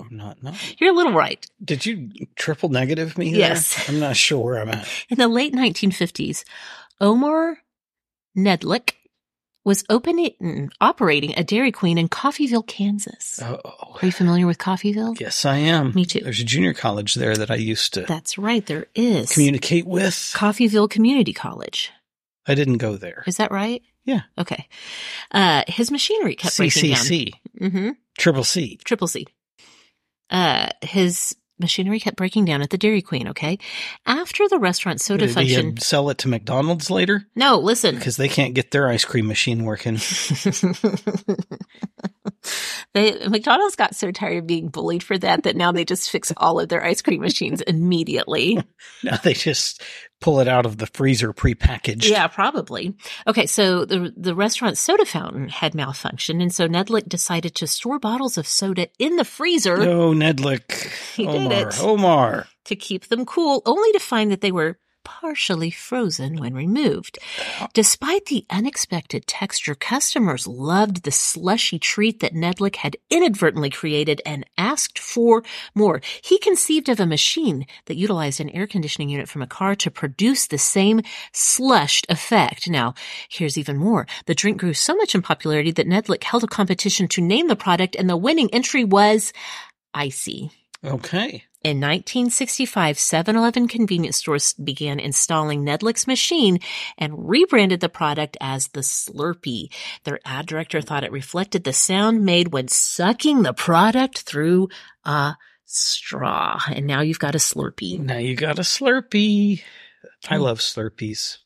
S2: I'm not. No.
S3: You're a little right.
S2: Did you triple negative me? there?
S3: Yes.
S2: I'm not sure where I'm at.
S3: In the late 1950s, Omar Nedlick was opening, operating a Dairy Queen in Coffeeville, Kansas.
S2: Oh,
S3: Are you familiar with Coffeeville?
S2: yes, I am.
S3: Me too.
S2: There's a junior college there that I used to
S3: That's right, there is.
S2: communicate with.
S3: Coffeeville Community College.
S2: I didn't go there.
S3: Is that right?
S2: Yeah.
S3: Okay. Uh, his machinery kept breaking
S2: CCC.
S3: down. Mm-hmm.
S2: Triple C.
S3: Triple C. Uh, his machinery kept breaking down at the Dairy Queen, okay? After the restaurant soda
S2: Did he, uh,
S3: function.
S2: sell it to McDonald's later?
S3: No, listen.
S2: Because they can't get their ice cream machine working.
S3: they McDonald's got so tired of being bullied for that that now they just fix all of their ice cream machines immediately.
S2: now they just pull it out of the freezer prepackaged.
S3: Yeah, probably. Okay, so the the restaurant soda fountain had malfunctioned, and so Nedlick decided to store bottles of soda in the freezer
S2: No, Nedlick.
S3: He did
S2: Oh, Omar.
S3: it.
S2: Omar.
S3: to keep them cool, only to find that they were partially frozen when removed. Despite the unexpected texture, customers loved the slushy treat that Nedlick had inadvertently created and asked for more. He conceived of a machine that utilized an air conditioning unit from a car to produce the same slushed effect. Now, here's even more. The drink grew so much in popularity that Nedlick held a competition to name the product and the winning entry was Icy.
S2: Okay.
S3: In 1965, 7-Eleven convenience stores began installing Nedlick's machine and rebranded the product as the Slurpee. Their ad director thought it reflected the sound made when sucking the product through a straw. And now you've got a Slurpee.
S2: Now you got a Slurpee. I love Slurpees.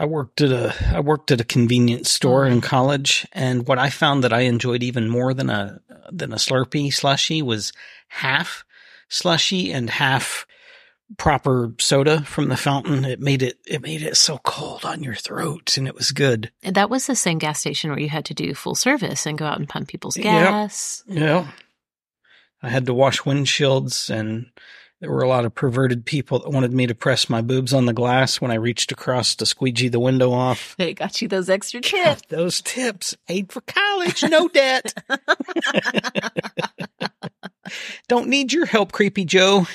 S2: I worked at a I worked at a convenience store in college, and what I found that I enjoyed even more than a than a Slurpee slushy was half slushy and half proper soda from the fountain. It made it it made it so cold on your throat, and it was good.
S3: And that was the same gas station where you had to do full service and go out and pump people's
S2: Yep.
S3: gas.
S2: Yeah, I had to wash windshields, and there were a lot of perverted people that wanted me to press my boobs on the glass when I reached across to squeegee the window off.
S3: They got you those extra
S2: God,
S3: tips.
S2: those tips paid for college, no debt. Don't need your help, creepy Joe.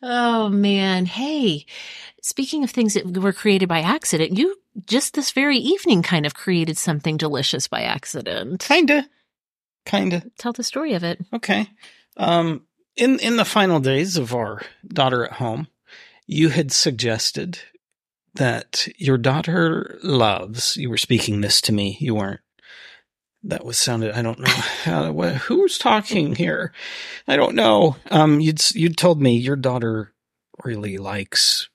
S3: Oh man. Hey, speaking of things that were created by accident, you just this very evening kind of created something delicious by accident.
S2: Kinda. Kinda.
S3: Tell the story of it.
S2: Okay. Um, in in the final days of our daughter at home, you had suggested that your daughter loves. You were speaking this to me. You weren't. That was sounded. I don't know how, what, who's talking here. I don't know. Um, you'd s- you'd told me your daughter really likes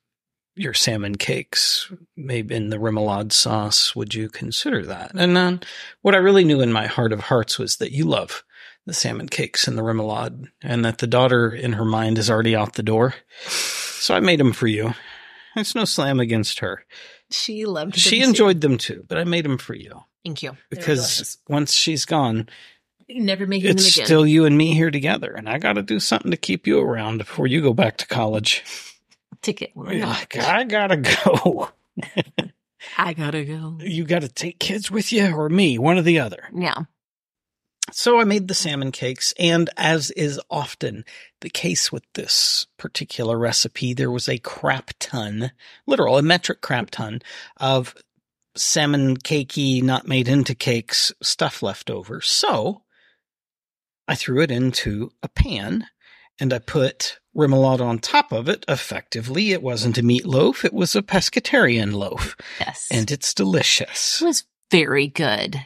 S2: your salmon cakes, maybe in the remoulade sauce. Would you consider that? And then what I really knew in my heart of hearts was that you love the salmon cakes and the remoulade, and that the daughter in her mind is already out the door. So I made them for you. It's no slam against her.
S3: She loved them
S2: She
S3: too.
S2: enjoyed them too, but I made them for you
S3: Thank you. They're delicious.
S2: because once she's gone,
S3: never making
S2: it's
S3: them again.
S2: still you and me here together, and I got to do something to keep you around before you go back to college.
S3: Ticket.
S2: Oh,
S3: We're not.
S2: I gotta go.
S3: I gotta go.
S2: You got to take kids with you or me, one or the other.
S3: Yeah.
S2: So I made the salmon cakes, and as is often the case with this particular recipe, there was a crap ton, literal, a metric crap ton of salmon cakey, not made into cakes stuff left over. So I threw it into a pan and I put remoulade on top of it. Effectively, it wasn't a meatloaf, it was a pescatarian loaf,
S3: Yes.
S2: and it's delicious.
S3: It was very good.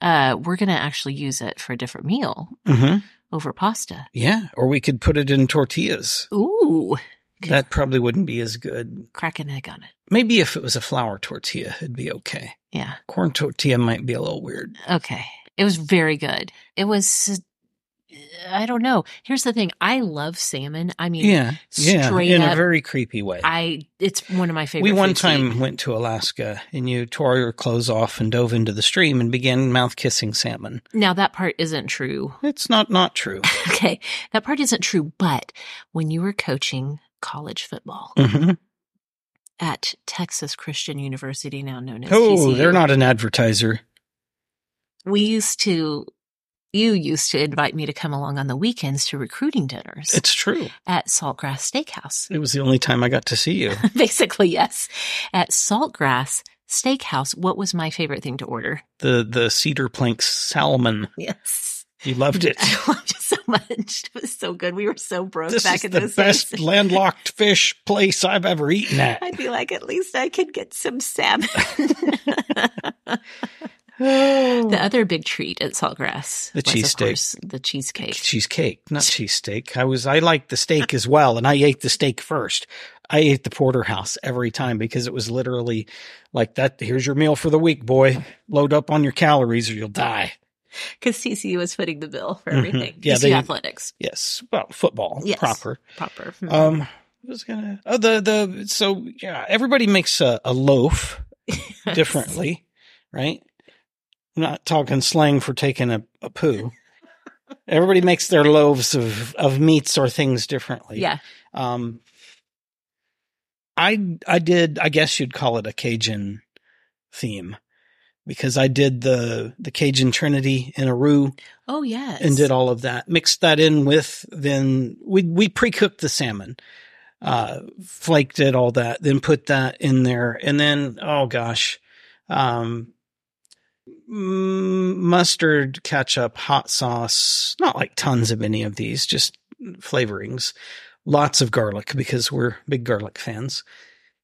S3: Uh, we're gonna actually use it for a different meal
S2: hmm
S3: over pasta.
S2: Yeah, or we could put it in tortillas.
S3: Ooh, Good.
S2: That probably wouldn't be as good.
S3: crack an egg on it.
S2: Maybe if it was a flour tortilla, it'd be okay.
S3: Yeah.
S2: Corn tortilla might be a little weird.
S3: Okay. It was very good. It was. I don't know. Here's the thing. I love salmon. I mean,
S2: Yeah, yeah,
S3: straight
S2: in
S3: up-
S2: a very creepy way.
S3: I. It's one of my favorite.
S2: we one
S3: foods to
S2: time
S3: eat.
S2: went to Alaska, and you tore your clothes off and dove into the stream and began mouth kissing salmon.
S3: Now that part isn't true.
S2: It's not not true.
S3: Okay, that part isn't true. But when you were coaching college football
S2: hmm
S3: at Texas Christian University, now known as
S2: Oh,
S3: TCU,
S2: they're not an advertiser.
S3: we used to you used to invite me to come along on the weekends to recruiting dinners
S2: It's true.
S3: at saltgrass steakhouse
S2: It was the only time I got to see you.
S3: basically yes at saltgrass steakhouse what was my favorite thing to order
S2: the the cedar plank salmon.
S3: yes
S2: You loved it.
S3: i loved it so much it was so good we were so broke
S2: This
S3: back
S2: is
S3: in
S2: the
S3: those
S2: best
S3: days
S2: landlocked fish place I've ever eaten at.
S3: i'd be like at least i could get some salmon the other big treat at saltgrass
S2: The
S3: was, of
S2: cheesesteak.
S3: course, the cheesecake
S2: cheesecake, not cheesesteak. I was I liked the steak as well, and I ate the steak first. I ate the porterhouse every time because it was literally like that. Here's your meal for the week, boy. Load up on your calories or you'll die.
S3: because TCU was footing the bill for
S2: Mhm.
S3: everything.
S2: Yeah,
S3: TCU
S2: they-
S3: athletics
S2: Yes, well, football
S3: Yes. Mm-hmm.
S2: proper.
S3: proper.
S2: Um, I was gonna oh the the so yeah, everybody makes a, a loaf differently, right? I'm not talking slang for taking a, a poo. Everybody makes their loaves of of meats or things differently.
S3: yeah,
S2: Um, I I did I guess you'd call it a Cajun theme because I did the the Cajun Trinity in a roux
S3: oh yes,
S2: and did all of that. Mixed that in with then we we pre cooked the salmon, uh, flaked it all that, then put that in there, and then oh gosh, um, mm, mustard, ketchup, hot sauce. Not like tons of any of these, just flavorings. Lots of garlic because we're big garlic fans.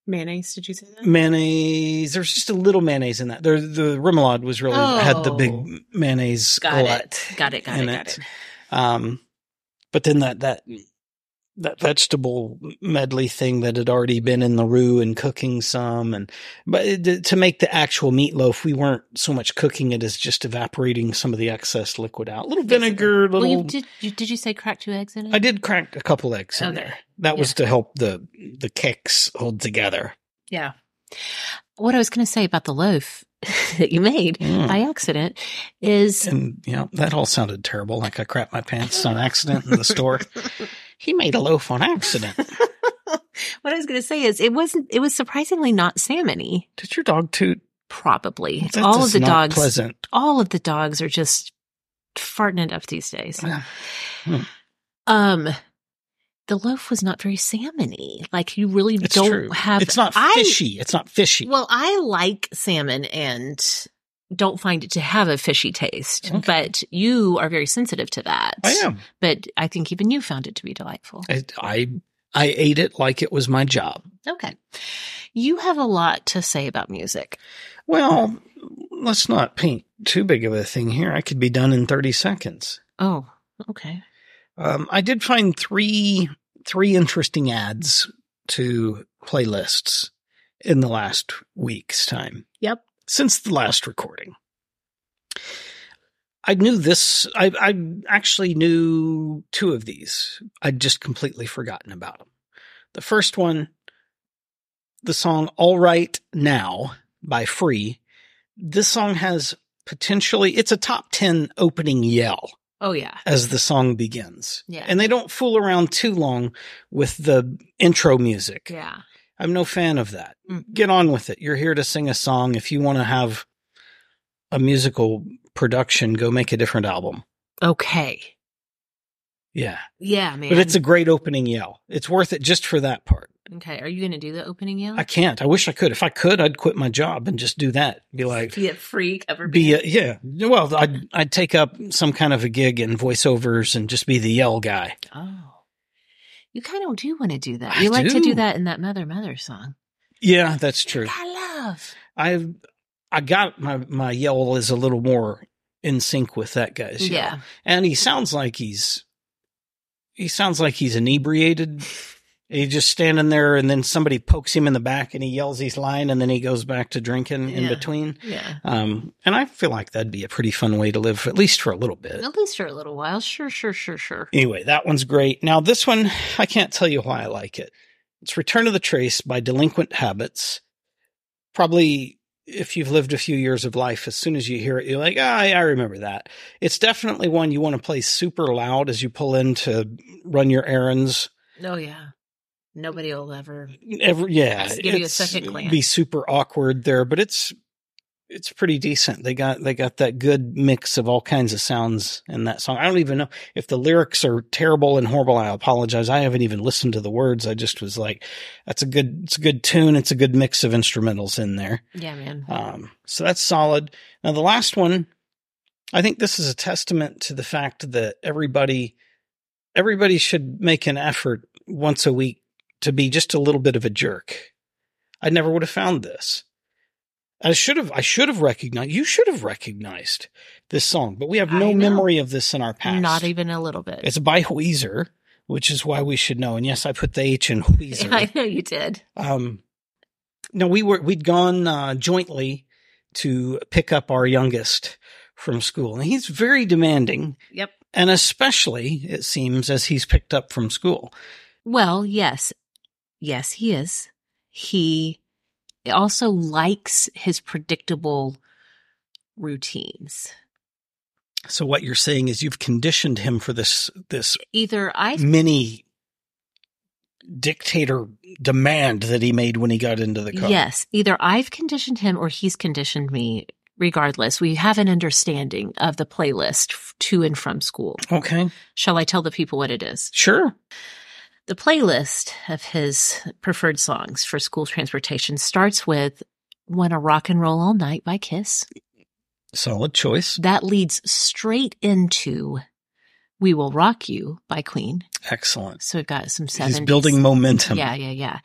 S3: mayonnaise. Did you say that?
S2: Mayonnaise. There's just a little mayonnaise in that. There, the remoulade was really had the
S3: Oh.
S2: big mayonnaise.
S3: Got
S2: glut
S3: it. Got it. Got it.
S2: in
S3: Got
S2: it.
S3: it.
S2: Um, but then that that that vegetable medley thing that had already been in the roux and cooking some, and but it, to make the actual meatloaf, we weren't so much cooking it as just evaporating some of the excess liquid out. A little vinegar, little.
S3: Well, you did. You, did you say crack two eggs in it?
S2: I did crack a couple eggs in
S3: Okay.
S2: there. That was to help the the cakes hold together.
S3: Yeah. What I was going to say about the loaf that you made
S2: Mm.
S3: by accident is
S2: And you know that all sounded terrible. Like I crapped my pants on accident in the store. he made a loaf on accident.
S3: what I was going to say is it wasn't. It was surprisingly not salmony.
S2: Did your dog toot?
S3: Probably
S2: That
S3: all of
S2: is
S3: the
S2: not
S3: dogs.
S2: pleasant.
S3: All of the dogs are
S2: Hmm.
S3: just farting it up these days.
S2: Yeah.
S3: Um, the loaf was not very salmony. Like you really
S2: It's
S3: don't
S2: true.
S3: have.
S2: it's not
S3: I-
S2: fishy. it's not fishy.
S3: Well, I like salmon and don't find it to have a fishy taste,
S2: Okay.
S3: but you are very sensitive to that.
S2: I am.
S3: But I think even you found it to be delightful.
S2: I, I I ate it like it was my job.
S3: Okay. You have a lot to say about music.
S2: Well, let's not paint too big of a thing here. I could be done in 30 seconds.
S3: Oh, okay.
S2: Um, I did find three three interesting ads to playlists in the last week's time.
S3: Yep.
S2: Since the last recording. I knew this. I, I actually knew two of these. I'd just completely forgotten about them. The first one, the song All Right Now by Free. This song has potentially, it's a top 10 opening yell
S3: Oh, yeah.
S2: as the song begins.
S3: Yeah.
S2: And they don't fool around too long with the intro music.
S3: Yeah.
S2: I'm no fan of that.
S3: Mm.
S2: Get on with it. You're here to sing a song. If you want to have a musical production, go make a different album.
S3: Okay.
S2: Yeah.
S3: Yeah, man.
S2: But it's a great opening yell. It's worth it just for that part.
S3: okay. Are you going to do the opening yell?
S2: I can't. I wish I could. If I could, I'd quit my job and just do that. Be like,
S3: be a free cover
S2: be
S3: band.
S2: a, yeah. Well, I'd I'd take up some kind of a gig in voiceovers and just be the yell guy.
S3: Oh. You kind of do want to do that.
S2: I
S3: You like to
S2: do.
S3: do that in that Mother Mother song.
S2: Yeah, that's true.
S3: I love.
S2: I I got my my yell is a little more in sync with that guy's. yell.
S3: Yeah.
S2: and he sounds like he's he sounds like he's inebriated. He's just standing there, and then somebody pokes him in the back, and he yells he's lying, and then he goes back to drinking in
S3: Yeah.
S2: between.
S3: Yeah.
S2: Um, and I feel like that'd be a pretty fun way to live, at least for a little bit.
S3: At least for a little while. Sure, sure, sure, sure.
S2: Anyway, that one's great. Now, this one, I can't tell you why I like it. It's Return of the Trace by Delinquent Habits. Probably, if you've lived a few years of life, as soon as you hear it, you're like, ah, I remember that. It's definitely one you want to play super loud as you pull in to run your errands.
S3: Oh, yeah. Nobody will ever.
S2: Every, yeah.
S3: Just give you a
S2: it's-
S3: second glance.
S2: Be super awkward there, but it's. It's pretty decent. They got they got that good mix of all kinds of sounds in that song. I don't even know if the lyrics are terrible and horrible. I apologize. I haven't even listened to the words. I just was like, that's a good it's a good tune. It's a good mix of instrumentals in there.
S3: Yeah, man.
S2: Um, so that's solid. Now, the last one, I think this is a testament to the fact that everybody, everybody should make an effort once a week to be just a little bit of a jerk. I never would have found this. I should have, I should have recognized, you should have recognized this song, but we have no
S3: I know.
S2: memory of this in our past.
S3: Not even a little bit.
S2: It's by Weezer, which is why we should know. And yes, I put the H in Weezer.
S3: I know you did.
S2: Um, no, we were we'd gone uh, jointly to pick up our youngest from school, and he's very demanding,
S3: Yep.
S2: and especially it seems as he's picked up from school.
S3: Well, yes. Yes, he is. He also likes his predictable routines.
S2: So what you're saying is you've conditioned him for this this
S3: Either I
S2: mini dictator demand that he made when he got into the car.
S3: Yes. Either I've conditioned him or he's conditioned me. Regardless, we have an understanding of the playlist f- to and from school.
S2: Okay.
S3: Shall I tell the people what it is?
S2: Sure.
S3: The playlist of his preferred songs for school transportation starts with Wanna Rock and Roll All Night by Kiss.
S2: Solid choice.
S3: That leads straight into We Will Rock You by Queen.
S2: Excellent.
S3: So we've got some seven.
S2: He's building momentum.
S3: Yeah, yeah, yeah.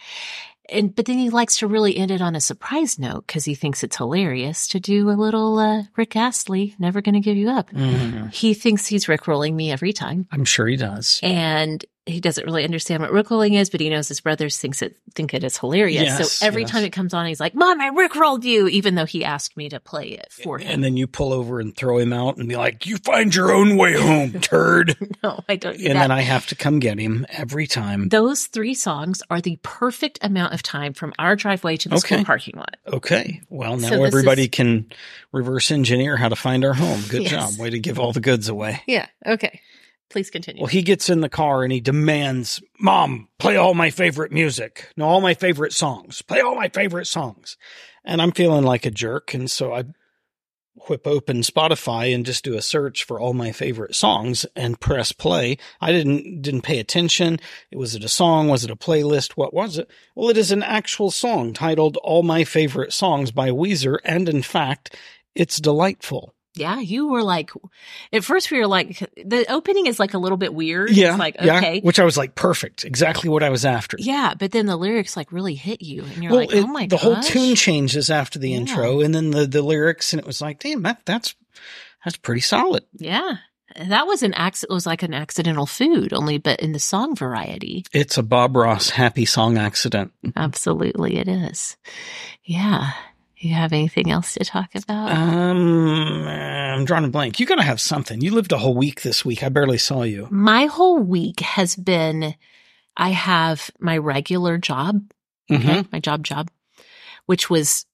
S3: And but then he likes to really end it on a surprise note because he thinks it's hilarious to do a little uh, Rick Astley, never going to give you up.
S2: Mhm.
S3: He thinks he's rickrolling me every time,
S2: I'm sure he does.
S3: and he doesn't really understand what rickrolling is, but he knows his brothers thinks it think it is hilarious.
S2: Yes,
S3: so every
S2: yes.
S3: time it comes on, he's like, "Mom, I rickrolled you," even though he asked me to play it for him.
S2: And then you pull over and throw him out and be like, you find your own way home, turd.
S3: no, I don't.
S2: and
S3: Do that.
S2: then I have to come get him every time.
S3: Those three songs are the perfect amount of time from our driveway to the school
S2: Okay.
S3: parking lot.
S2: okay. Well, now
S3: So this
S2: everybody
S3: is-
S2: can reverse engineer how to find our home. Good
S3: Yes.
S2: job. Way to give all the goods away.
S3: Yeah. Okay. Please continue.
S2: Well, he gets in the car and he demands, Mom, play all my favorite music. No, all my favorite songs. Play all my favorite songs. And I'm feeling like a jerk. And so I whip open Spotify and just do a search for all my favorite songs and press play. I didn't didn't pay attention. Was it a song? Was it a playlist? What was it? Well, it is an actual song titled "All My Favorite Songs" by Weezer, and in fact, it's delightful.
S3: Yeah, you were like, at first we were like, the opening is like a little bit weird.
S2: Yeah,
S3: It's like,
S2: yeah,
S3: okay.
S2: which I was like, perfect, exactly what I was after.
S3: Yeah, but then the lyrics like really hit you and you're like,
S2: it-
S3: oh my
S2: the
S3: gosh.
S2: whole tune changes after the
S3: Yeah.
S2: intro, and then the the lyrics, and it was like, damn, that that's that's pretty solid.
S3: Yeah. That was an accident. It was like an accidental food, only but in the song variety.
S2: It's a Bob Ross happy song accident.
S3: Absolutely, it is. Yeah. You have anything else to talk about?
S2: Uh, Um, I'm drawing a blank. You gotta have something. You lived a whole week this week. I barely saw you.
S3: my whole week has been I have my regular job,
S2: Mhm.
S3: my job, job, which was,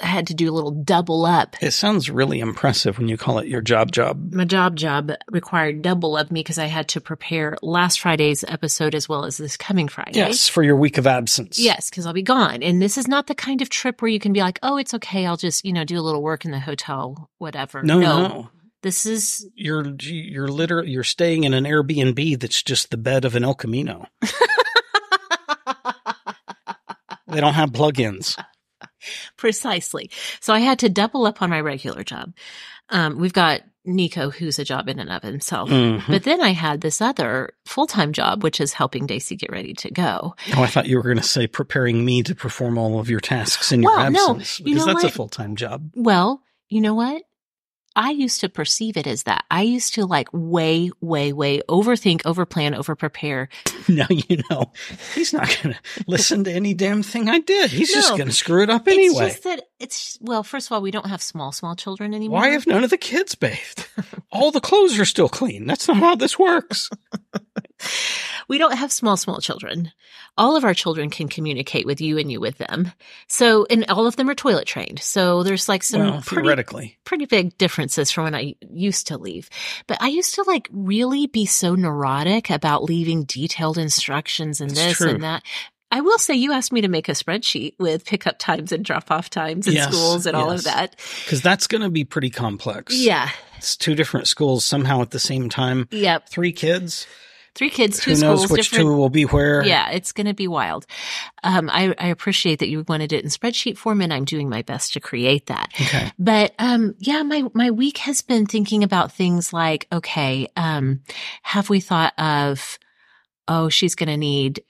S3: I had to do a little double up.
S2: It sounds really impressive when you call it your job job.
S3: My job job required double of me because I had to prepare last Friday's episode as well as this coming Friday.
S2: Yes, for your week of absence.
S3: Yes, because I'll be gone. And this is not the kind of trip where you can be like, oh, it's okay. I'll just, you know, do a little work in the hotel, whatever.
S2: No, no.
S3: This is,
S2: You're you're literally you're staying in an Airbnb that's just the bed of an El Camino. they don't have plugins.
S3: Precisely. So I had to double up on my regular job. Um, we've got Nico, who's a job in and of himself.
S2: Mhm.
S3: But then I had this other full time job, which is helping Daisy get ready to go.
S2: Oh, I thought you were going to say preparing me to perform all of your tasks in your
S3: Well, no,
S2: absence
S3: you
S2: because
S3: know
S2: that's a
S3: what?
S2: full time job.
S3: Well, you know what? I used to perceive it as that. I used to like way, way, way overthink, overplan, overprepare.
S2: Now you know he's not going to listen to any damn thing I did. He's just
S3: No.
S2: going to screw it up anyway.
S3: It's just that it's well. First of all, we don't have small, small children anymore.
S2: Why have none of the kids bathed? All the clothes are still clean. That's not how this works.
S3: we don't have small, small children? All of our children can communicate with you and you with them. So, and all of them are toilet trained. So there's like some
S2: well,
S3: pretty,
S2: theoretically.
S3: pretty big differences from when I used to leave. But I used to like really be so neurotic about leaving detailed instructions and
S2: It's
S3: this
S2: true.
S3: and that. I will say you asked me to make a spreadsheet with pickup times and drop off times and
S2: Yes,
S3: schools and all of
S2: yes.
S3: that.
S2: Because that's going to be pretty complex.
S3: Yeah.
S2: It's two different schools somehow at the same time.
S3: Yep.
S2: Three kids.
S3: Three kids, two
S2: Who
S3: schools,
S2: knows which
S3: different
S2: two will be where?
S3: Yeah, it's going to be wild. Um, I, I appreciate that you wanted it in spreadsheet form, and I'm doing my best to create that.
S2: Okay.
S3: But um, yeah, my my week has been thinking about things like, okay, um, have we thought of, oh, she's going to need,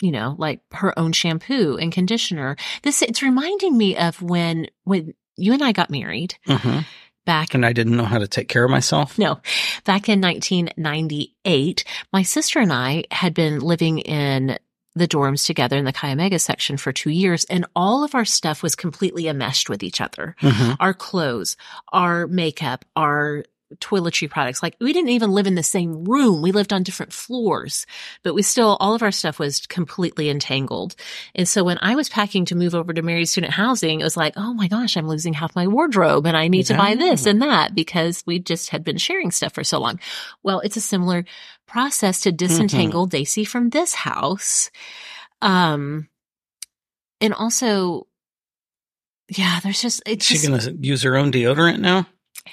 S3: you know, like her own shampoo and conditioner. This it's reminding me of when when you and I got married
S2: hmm
S3: back
S2: And I didn't know how to take care of myself.
S3: no. Back in 1998, my sister and I had been living in the dorms together in the Chi Omega section for two years, and all of our stuff was completely enmeshed with each other.
S2: Mhm.
S3: Our clothes, our makeup, our toiletry products. Like we didn't even live in the same room. We lived on different floors, but we still, all of our stuff was completely entangled. And so when I was packing to move over to Mary Student Housing, it was like, oh my gosh, I'm losing half my wardrobe and I need to buy this and that because we just had been sharing stuff for so long. Well, it's a similar process to disentangle Daisy from this house. Um, and also, yeah, there's just, it's
S2: Is she
S3: just,
S2: going to use her own deodorant now?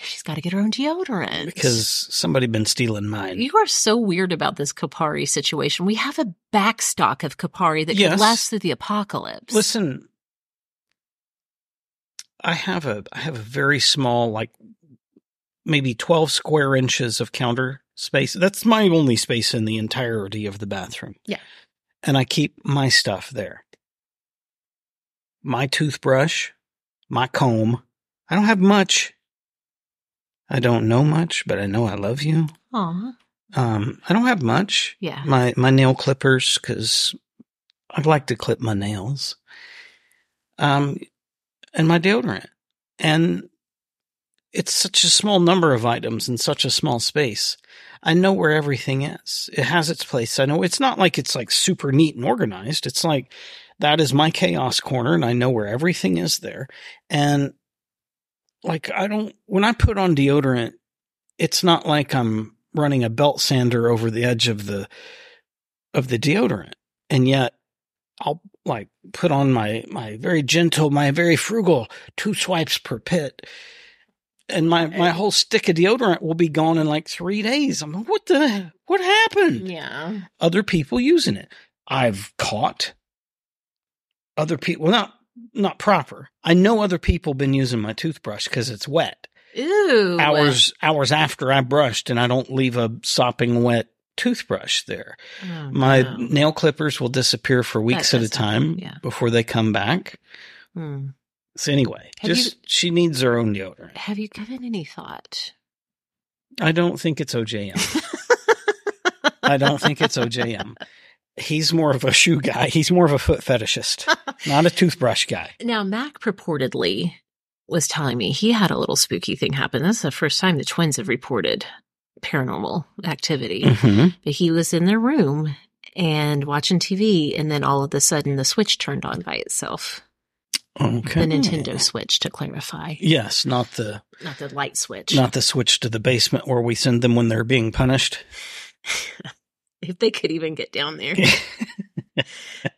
S3: she's got to get her own deodorant
S2: Because somebody been stealing mine.
S3: You are so weird about this Kapari situation. We have a backstock of Kapari that
S2: Yes.
S3: could last through the apocalypse.
S2: Listen, I have a I have a very small, like maybe twelve square inches of counter space. That's my only space in the entirety of the bathroom.
S3: Yeah.
S2: and I keep my stuff there. My toothbrush, my comb. I don't have much. I don't know much, but I know I love you.
S3: Aw.
S2: Um, I don't have much.
S3: Yeah.
S2: My my nail clippers because I'd like to clip my nails. Um, and my deodorant, and it's such a small number of items in such a small space. I know where everything is. It has its place. I know it's not like it's like super neat and organized. It's like that is my chaos corner, and I know where everything is there. And like I don't when I put on deodorant it's not like I'm running a belt sander over the edge of the of the deodorant. And yet I'll like put on my my very gentle, my very frugal two swipes per pit and my my whole stick of deodorant will be gone in like three days. I'm like, what the what happened?
S3: Yeah.
S2: Other people using it. I've caught other people. Well, not not proper. I know other people been using my toothbrush because it's wet.
S3: Ooh.
S2: Hours hours after I brushed, and I don't leave a sopping wet toothbrush there.
S3: Oh,
S2: My
S3: no.
S2: nail clippers will disappear for weeks at a
S3: does
S2: time
S3: happen, yeah.
S2: before they come back.
S3: Hmm.
S2: So anyway,
S3: Have you-
S2: just she needs her own deodorant.
S3: Have you given any thought?
S2: I don't think it's OJM. I don't think it's OJM. He's more of a shoe guy. He's more of a foot fetishist, not a toothbrush guy.
S3: Now, Mac purportedly was telling me he had a little spooky thing happen. That's the first time the twins have reported paranormal activity.
S2: Mm.
S3: But he was in their room and watching TV, and then all of a sudden the switch turned on by itself.
S2: Okay.
S3: The Nintendo Switch, to clarify,
S2: Yes, not the
S3: not the light switch.
S2: not the switch to the basement where we send them when they're being punished.
S3: if they could even get down there.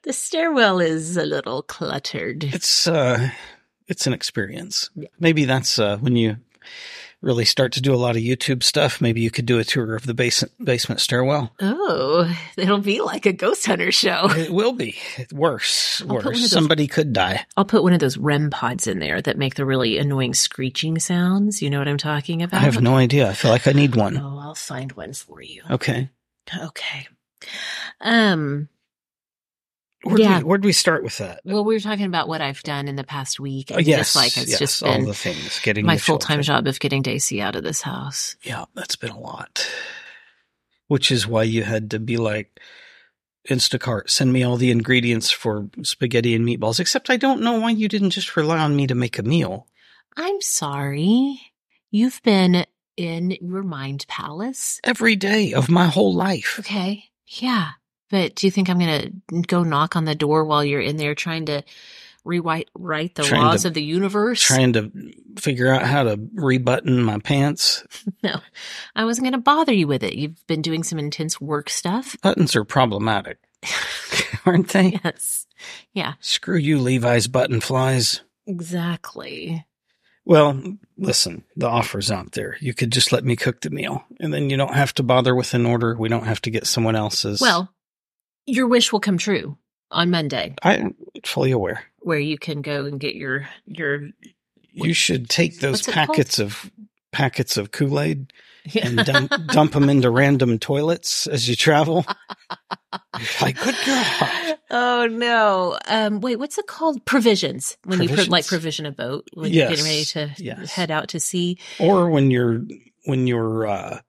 S3: the stairwell is a little cluttered.
S2: It's uh, it's an experience. Maybe that's uh, when you really start to do a lot of YouTube stuff. Maybe you could do a tour of the basement basement stairwell.
S3: Oh, it'll be like a ghost hunter show.
S2: It will be worse.
S3: I'll put one of
S2: Worse.
S3: those-
S2: Somebody could die.
S3: I'll put one of those REM pods in there that make the really annoying screeching sounds. You know what I'm talking about?
S2: I have no idea. I feel like I need one.
S3: Oh, I'll find one for you.
S2: Okay.
S3: Okay. Um.
S2: Where'd,
S3: Yeah.
S2: we, where'd we start with that?
S3: Well, we were talking about what I've done in the past week.
S2: Oh,
S3: and
S2: yes.
S3: Just like it's
S2: yes.
S3: just
S2: all
S3: been
S2: the things. Getting
S3: my
S2: the
S3: full time
S2: children.
S3: job of getting Daisy out of this house.
S2: Yeah, that's been a lot. Which is why you had to be like, Instacart, send me all the ingredients for spaghetti and meatballs. Except I don't know why you didn't just rely on me to make a meal.
S3: I'm sorry. You've been in your mind palace.
S2: Every day of my whole life.
S3: Okay. Yeah. But do you think I'm going to go knock on the door while you're in there trying to rewrite write the
S2: Trying to-
S3: laws of the universe?
S2: Trying to figure out how to rebutton my pants.
S3: No, I wasn't going to bother you with it. You've been doing some intense work stuff.
S2: Buttons are problematic, aren't they?
S3: Yes. Yeah,
S2: Screw you, Levi's button flies.
S3: exactly.
S2: Well, listen, the offer's out there. You could just let me cook the meal, and then you don't have to bother with an order. We don't have to get someone else's.
S3: Well, your wish will come true on Monday
S2: I'm fully aware.
S3: where you can go and get your your
S2: You should take those
S3: What's it called?
S2: packets of packets of Kool Aid and dump, dump them into random toilets as you travel. You're like, good girl.
S3: Oh no. Um wait, what's it called? Provisions. When you pro- like
S2: Provisions?
S3: provision a boat when you're getting ready
S2: Yes,
S3: to
S2: yes.
S3: head out to sea.
S2: Or when you're when you're uh,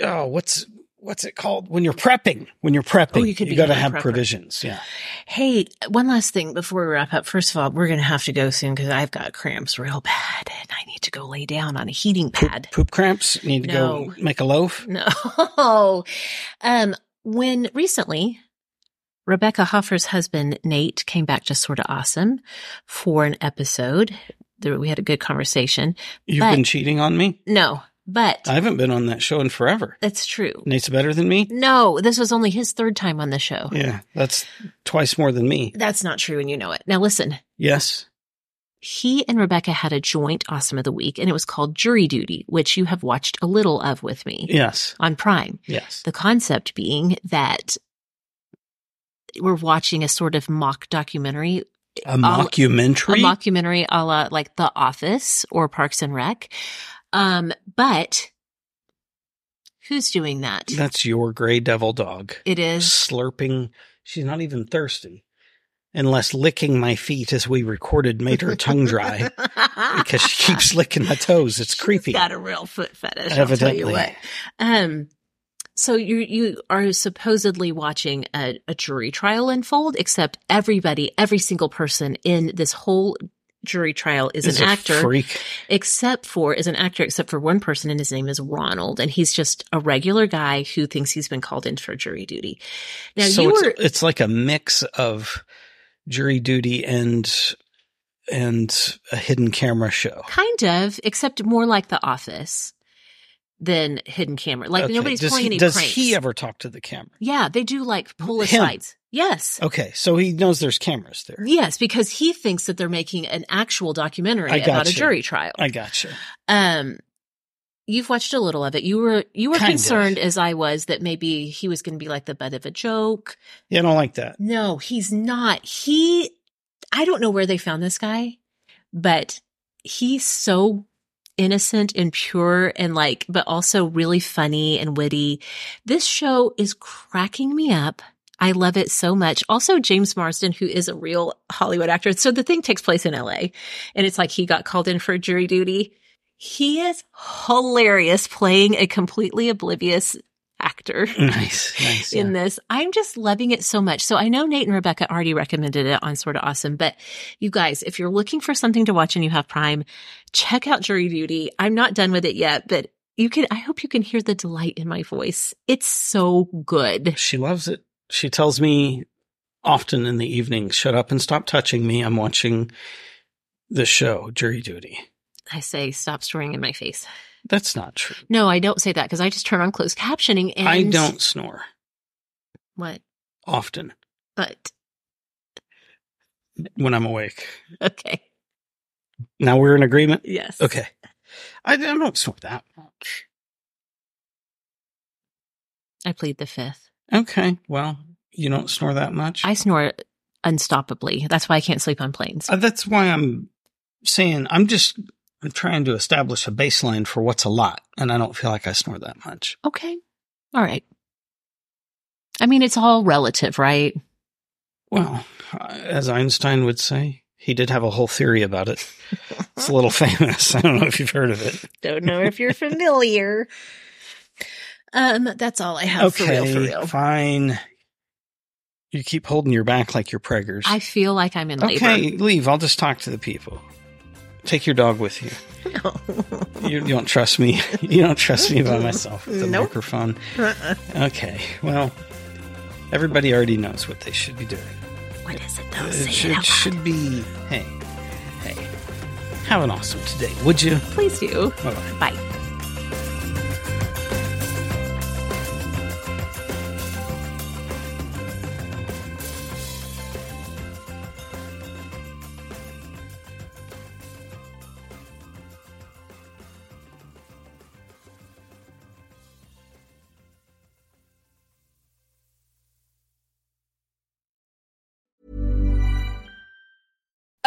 S2: oh, what's what's it called? When you're prepping. When you're prepping,
S3: Oh, you could be
S2: got to
S3: a
S2: have
S3: prepper.
S2: provisions. Yeah.
S3: Hey, one last thing before we wrap up. First of all, we're going to have to go soon cuz I've got cramps real bad and I need to go lay down on a heating pad.
S2: Poop cramps. Need to
S3: No.
S2: go make a loaf.
S3: No. Um, when recently Rebecca Hoffer's husband, Nate, came back to Sort of Awesome for an episode. There, we had a good conversation.
S2: You've
S3: But-
S2: been Uh, cheating on me?
S3: No, but
S2: I haven't been on that show in forever.
S3: that's true.
S2: Nate's better than me?
S3: No, this was only his third time on the show.
S2: Yeah, that's twice more than me.
S3: That's not true, and you know it. Now, listen,
S2: Yes.
S3: he and Rebecca had a joint Awesome of the Week, and it was called Jury Duty, which you have watched a little of with me
S2: Yes.
S3: on Prime.
S2: Yes.
S3: The concept being that we're watching a sort of mock documentary,
S2: A mockumentary?
S3: um, a mockumentary a la like The Office or Parks and Rec. Um, but who's doing that?
S2: that's your gray devil dog.
S3: it is
S2: Slurping. She's not even thirsty. Unless licking my feet as we recorded made her tongue dry because she keeps licking my toes. It's creepy.
S3: She's got a real foot fetish. I'll
S2: Evidently.
S3: tell you what. Um, so you you are supposedly watching a, a jury trial unfold, except everybody, every single person in this whole jury trial is,
S2: It's
S3: an
S2: a
S3: actor,
S2: freak.
S3: except for is an actor, except for one person, and his name is Ronald, and he's just a regular guy who thinks he's been called in for jury duty. Now
S2: so
S3: you
S2: it's,
S3: were
S2: it's like a mix of jury duty and and a hidden camera show.
S3: kind of, except more like The Office than hidden camera. Like
S2: Okay,
S3: nobody's
S2: does
S3: pulling
S2: he,
S3: any
S2: Does
S3: pranks.
S2: he ever talk to the camera?
S3: Yeah, they do like pull
S2: Oh, Him. Oh.
S3: asides. Yes.
S2: Okay, so he knows there's cameras there.
S3: Yes, because he thinks that they're making an actual documentary
S2: I
S3: about
S2: gotcha.
S3: a jury trial.
S2: I gotcha.
S3: um you've watched a little of it. You were you were
S2: Kind of.
S3: concerned as I was that maybe he was going to be like the butt of a joke.
S2: Yeah, I don't like that.
S3: No, he's not. He, I don't know where they found this guy, but he's so innocent and pure and like, but also really funny and witty. This show is cracking me up. I love it so much. Also, James Marsden, who is a real Hollywood actor. So the thing takes place in LA and it's like he got called in for jury duty. He is hilarious playing a completely oblivious actor
S2: Nice, nice.
S3: in
S2: yeah.
S3: this. I'm just loving it so much. So I know Nate and Rebecca already recommended it on Sort of Awesome, but you guys, if you're looking for something to watch and you have Prime, check out Jury Duty. I'm not done with it yet, but you can, I hope you can hear the delight in my voice. It's so good.
S2: She loves it. She tells me often in the evening, shut up and stop touching me. I'm watching the show, Jury Duty.
S3: I say, stop snoring in my face.
S2: That's not true.
S3: No, I don't say that because I just turn on closed captioning and
S2: I don't snore
S3: What?
S2: often
S3: But
S2: when I'm awake.
S3: okay.
S2: Now we're in agreement?
S3: Yes.
S2: Okay. I, I don't snore that much.
S3: I plead the fifth.
S2: Okay. Well, you don't snore that much.
S3: I snore unstoppably. That's why I can't sleep on planes.
S2: Uh, that's why I'm saying I'm just I'm trying to establish a baseline for what's a lot, and I don't feel like I snore that much.
S3: Okay. All right. I mean, it's all relative, right?
S2: Well, as Einstein would say, he did have a whole theory about it. It's a little famous. I don't know if you've heard of it.
S3: Don't know if you're familiar. Um, that's all I have for real, for real.
S2: fine. You keep holding your back like you're preggers.
S3: I feel like I'm in labor.
S2: okay, leave. I'll just talk to the people. Take your dog with you. you, you don't trust me. You don't trust me by myself with the
S3: Nope. Uh-uh.
S2: microphone. Okay. Well, everybody already knows what they should be doing.
S3: What is it though?
S2: It
S3: Say it
S2: should,
S3: out loud.
S2: should be. Hey, hey. Have an awesome today, would you?
S3: Please do.
S2: Bye bye.
S3: Bye.